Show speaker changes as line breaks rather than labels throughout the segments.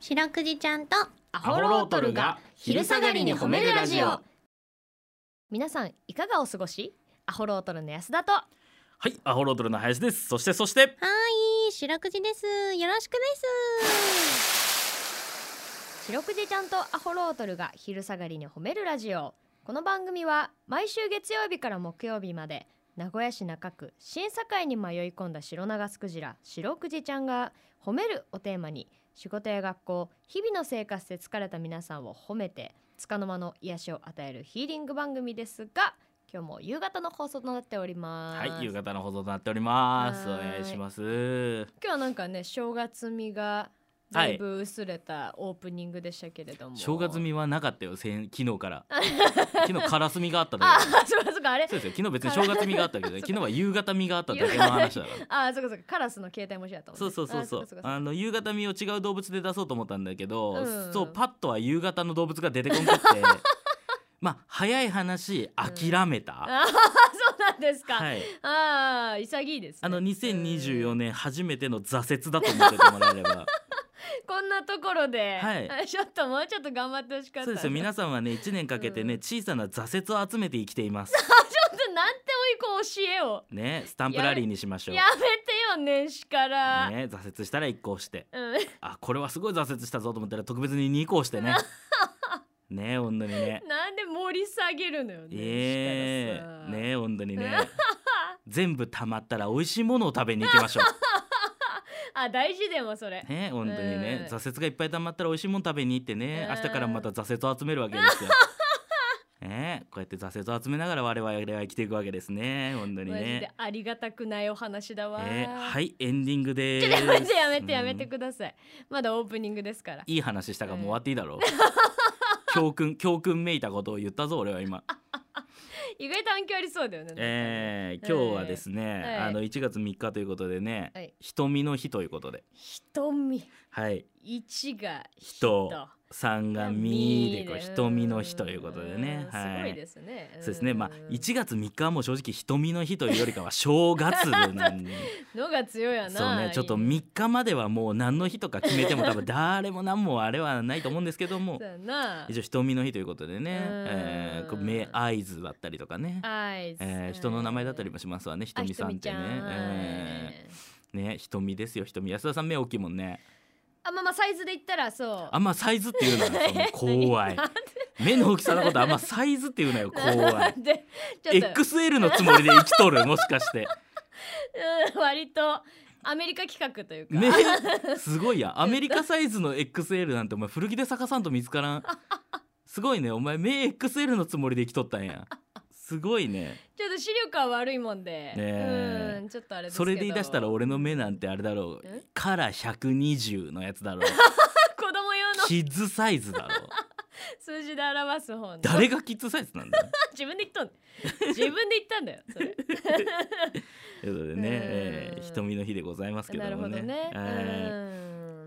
白くじちゃんと
ア
ホロートルが昼下がりに褒めるラジオ
皆さんいかがお過ごしアホロートルの安田と
はい、アホロードルの林です。そしてそして、
はい白くじですよろしくです
白くじちゃんとアホロートルが昼下がりに褒めるラジオこの番組は毎週月曜日から木曜日まで名古屋市中区審査会に迷い込んだ白長スクジラ白くじちゃんが褒めるをテーマに仕事や学校日々の生活で疲れた皆さんを褒めて束の間の癒しを与えるヒーリング番組ですが今日も夕方の放送となっております、
はい、夕方の放送となっております。お
はーい
願いします。
今日はなんかね正月味がだいぶ薄れたオープニングでしたけれども、
正月
味
味はなかったよ、先昨日 から。昨日カラス味があっただ
あ
け。
ーそうかそうかあれ
そうですよ。昨日別に正月味があったわけど、
そ う
昨日は夕方味があっただけの話だから。
あーそうかそうかカラスの携帯もしやったもんね
そうそうそうそ
あー
う
かかか
あの夕方味を違う動物で出そうと思ったんだけど、
うん
そうパッとは夕方の動物が出てこんく ってまあ早い話諦めた、
あーそうなんですか、
はい
ああ潔いです、ね、
あの2024
うん
年初めての挫折だと思っててもらえ れば
こんなところで、
は い
あちょっともうちょっと頑張ってほしかった
そうですよ皆さんはね1年かけてね、
うん
小さな挫折を集めて生きています
ちょっとなんておいこう教えを
ねスタンプラリーにしましょう
やめてよ年始から、
ね挫折したら1個押して
うん
あこれはすごい挫折したぞと思ったら特別に2個押してねね本当にね
なんで盛り下げるのよね
ええ
ね
ね本当にね全部溜まったら美味しいものを食べに行きましょ
あ大事でもそれ
うね本当にね
うん
挫折がいっぱい溜まったら美味しいもの食べに行ってね
うん
明日からまた挫折を集めるわけです よねこうやって挫折を集めながら我々は生きていくわけですね本当に
マジで
ね
ありがたくないお話だわ、
ねはいいエンディングで
ちょ
す
っとやめてやめてやめて
うん
ください、まだオープニングですから
いい話したからもう終わっていいだろう 教訓教訓めいたことを言ったぞ俺は今
意外と反響ありそうだよねなんかね
えー、今日はですね、
はい
あの1月3日ということでね、
はい
瞳の日ということで
瞳
はい
一が
人
人
三がみでこう瞳の日ということでね
うんす
は
ごい
い
ですね、
そうですねまあ
ん
1月3日はもう正直瞳の日というよりかは正月 なんで
のが強いやな
そうねちょっと3日まではもう何の日とか決めても多分誰も何もあれはないと思うんですけども
そうやな
一応瞳の日ということでね
うん、
えーこう目合図だったりとかね、
アイス
えー人の名前だったりもしますわね
あ
瞳さんっ
瞳ち
てね
ゃん
えーね瞳ですよ瞳安田さん目大きいもんね
あまあまあサイズで言ったらそう
あんまサイズって言うな よその怖い
なん
目の大きさのことあんまサイズって言うなよ 怖い
でちょっと
XL のつもりで生きとるもしかして
うん割とアメリカ企画というか
目すごいやんアメリカサイズの XL なんてお前古着で逆さんと見つから んすごいねお前目 XL のつもりで生きとったんやすごいね
ちょっと視力は悪いもんで
ね、え
うん、ちょっとあれですけど
それで言い出したら俺の目なんてあれだろう
え
カラー120のやつだ ろう
子供用の
キッズサイズだろう
数字で表す方の
誰がキッズサイズなんだよ
自分で言っとん自分で言ったんだよそれ
ということでね、
うん
えー瞳の日でございますけど
なる
も
ほど
ね
ね、
え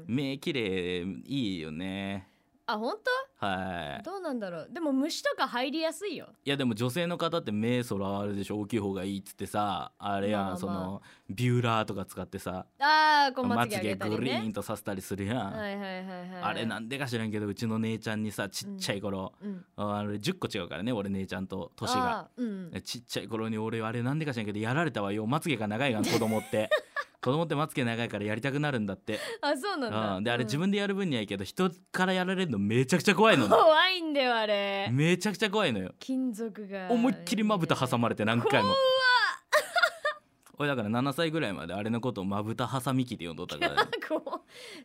うん
ー目綺麗いいよね
あ本
は
当どうなんだろうでも虫とか入りやすいよ
いいやでも女性の方って目そらあれでしょ大きい方がいいっつってさあれやん、
まあまあ
そのビューラーとか使ってさ
あーこうま
ま
つ
つ
げ上
げ
げたり
グリー
ね
ンとさせたりするやん、
はいはいはいはい
あれなんでか知らんけどうちの姉ちゃんにさちっちゃい頃、
うん
あれ10個違うからね俺姉ちゃんと年が
あーうん
ちっちゃい頃に俺あれなんでか知らんけどやられたわよまつげが長いがん子供って 子供ってまつげ長いからやりたくなるんだって
あそうなんだ、
うん、であれ
うん
自分でやる分にはいいけど人からやられるのめちゃくちゃ怖いのね
怖いんだよあれ
めちゃくちゃ怖いのよ
金属が
思いっきりまぶた挟まれて何回も
怖
俺だから7歳ぐらいまであれのことをまぶた挟み器で呼んどったか ら、ね、
こ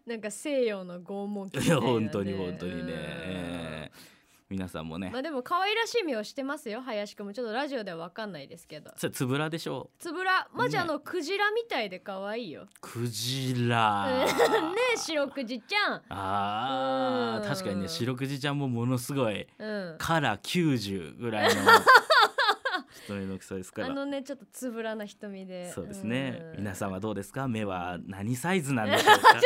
うなんか西洋の拷問器み
い
たいな
や
ね
本当に本当にね、
うん
えー皆さんもね
まあでも可愛らしい目をしてますよ林くんもちょっとラジオではわかんないですけど
それつぶらでしょ
つぶらマジ
ね
あの、クジラみたいで可愛いよ
クジ ラ
ねえ白クジちゃん
あ
う
ー
ん
確かにね白くじちゃんもものすごい
うん
カラー90ぐ らいの瞳の大きさですか
あ
ら
のねちょっとつぶらな瞳で
そうですね、
うん
皆さんはどうですか目は何サイズなんでしょうか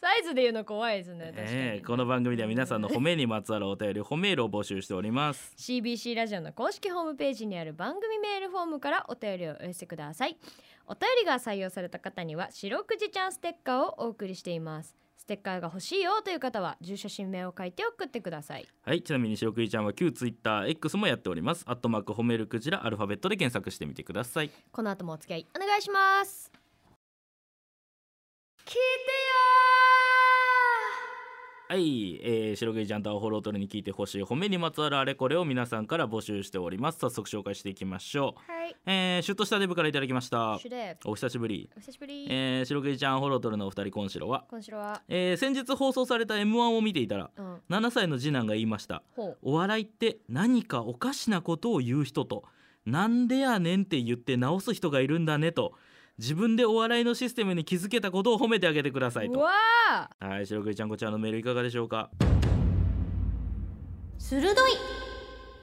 サイズで言うの怖いですね確かに、
ええこの番組では皆さんの褒めにまつわるお便り褒めールを募集しております。
CBC ラジオの公式ホームページにある番組メールフォームからお便りをお寄せくださいお便りが採用された方には白くじちゃんステッカーをお送りしていますスステッカーが欲しいよという方は住所氏名を書いて送ってください
はいちなみに白くじちゃんは旧 TwitterX もやっておりますアットマーク褒めるクジラアルファベットで検索してみてください
この後もお付き合いお願いします聞いてよ
はい、えー、白毛ちゃんとアホロートルに聞いてほしい褒めにまつわるあれこれを皆さんから募集しております早速紹介していきましょう
はい
えー、シュッとしたデブからいただきました
シュレ
お久しぶり
お久しぶり、
えー、白毛ちゃんアホロートルのお二人今白は、
今週は
えー、先日放送された m 1を見ていたら
うん
7歳の次男が言いました
ほ
お笑いって何かおかしなことを言う人となんでやねんって言って直す人がいるんだねと自分でお笑いのシステムに気づけたことを褒めてあげてくださいう
う
と
わあ
はい白毛ちゃんこちらのメールいかがでしょうか
鋭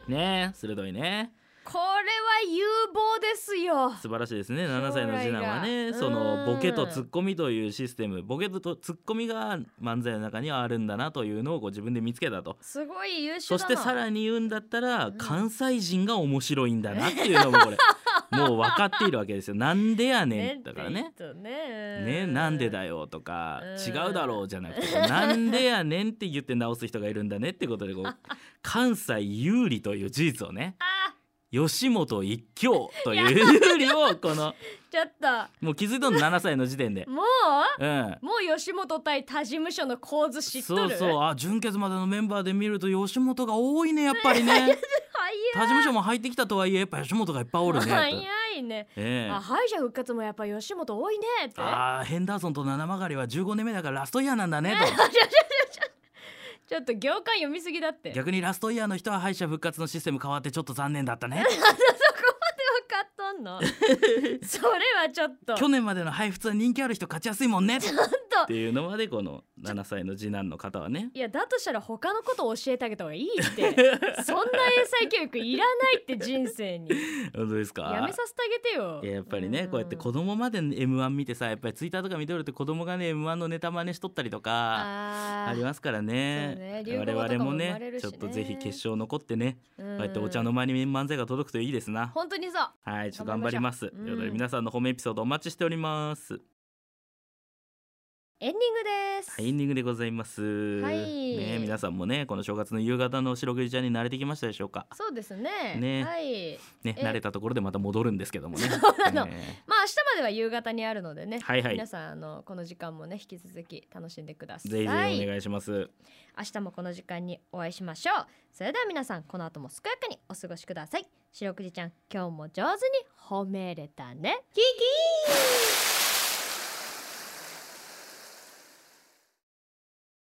い
ねえ鋭いね
これは有望ですよ
素晴らしいですね7歳の次男はね
将来が
その
うん
ボケとツッコミというシステムボケとツッコミが漫才の中にはあるんだなというのをこう自分で見つけたと
すごい優秀
そ
だ
し
な
てさらに言うんだったら、
うん
関西人が面白いんだなっていうのもこれ もう分かっているわけですよなんでやねんだからね
ちょっとね
ねなんでだ
よ
よとか
うん
違うだろうじゃなくてなんでやねんって言って直す人がいるんだねってことで こう関西有利という事実をね
あ
吉本一強という有利をこの
ちょっと
もう気づいたの7歳の時点 で
も
うん
うもう吉本対他事務所の構図知っと
そ
る
うそうあ準決までのメンバーで見ると吉本が多いねやっぱりね
早い
他事務所も入ってきたとはいえやっぱ吉本がいっぱいおるねと
早いね
ええ
あ敗者復活もやっぱ吉本多いねって
あーヘンダーソンと七曲りは15年目だからラストイヤーなんだね
ちょっと業界読みすぎだって
と
分か
逆にラストイヤーの人は敗者復活のシステム変わってちょっと残念だっ たね
っとん のそれはちょっと
去年までの配布は人気ある人勝ちやすいもんねっ
と
ていうのまでこの7歳の次男の方はね
いやだとしたら他のこと教えてあげた方がいいってそんな英才教育いらないって人生 に
本当ですか
やめさせてあげ
い
て
や
よ
やっぱりねこうやって子供まで m 1見てさやっぱりツイッターとか見とると子供がね m 1のネタ真似しとったりとか
あ
ありますからね
そうね流行語とかも
我々も
生まれ
ね
るし
ちょ
ね
っとぜひ決勝残ってね
こ
こうやってお茶の間に漫才が届くといいですな
本当にそう
はいちょっと頑張ります
頑張りましょう
ということで
うん
皆さんの褒めエピソードお待ちしております
エンディングです、
はいエンディングでございます
はい
ね皆さんもねこの正月の夕方の白くじちゃんに慣れてきましたでしょうか
そうですね
ね
はい
ね
え
慣れたところでまた戻るんですけ どもね
うなの
ね
まあ明日までは夕方にあるのでね、
はいはい
皆さんあのこの時間もね引き続き楽しんでください
ぜひぜひお願いします
明日もこの時間にお会いしましょうそれでは皆さんこの後も健やかにお過ごしください白くじちゃん今日も上手に褒めれたねキキー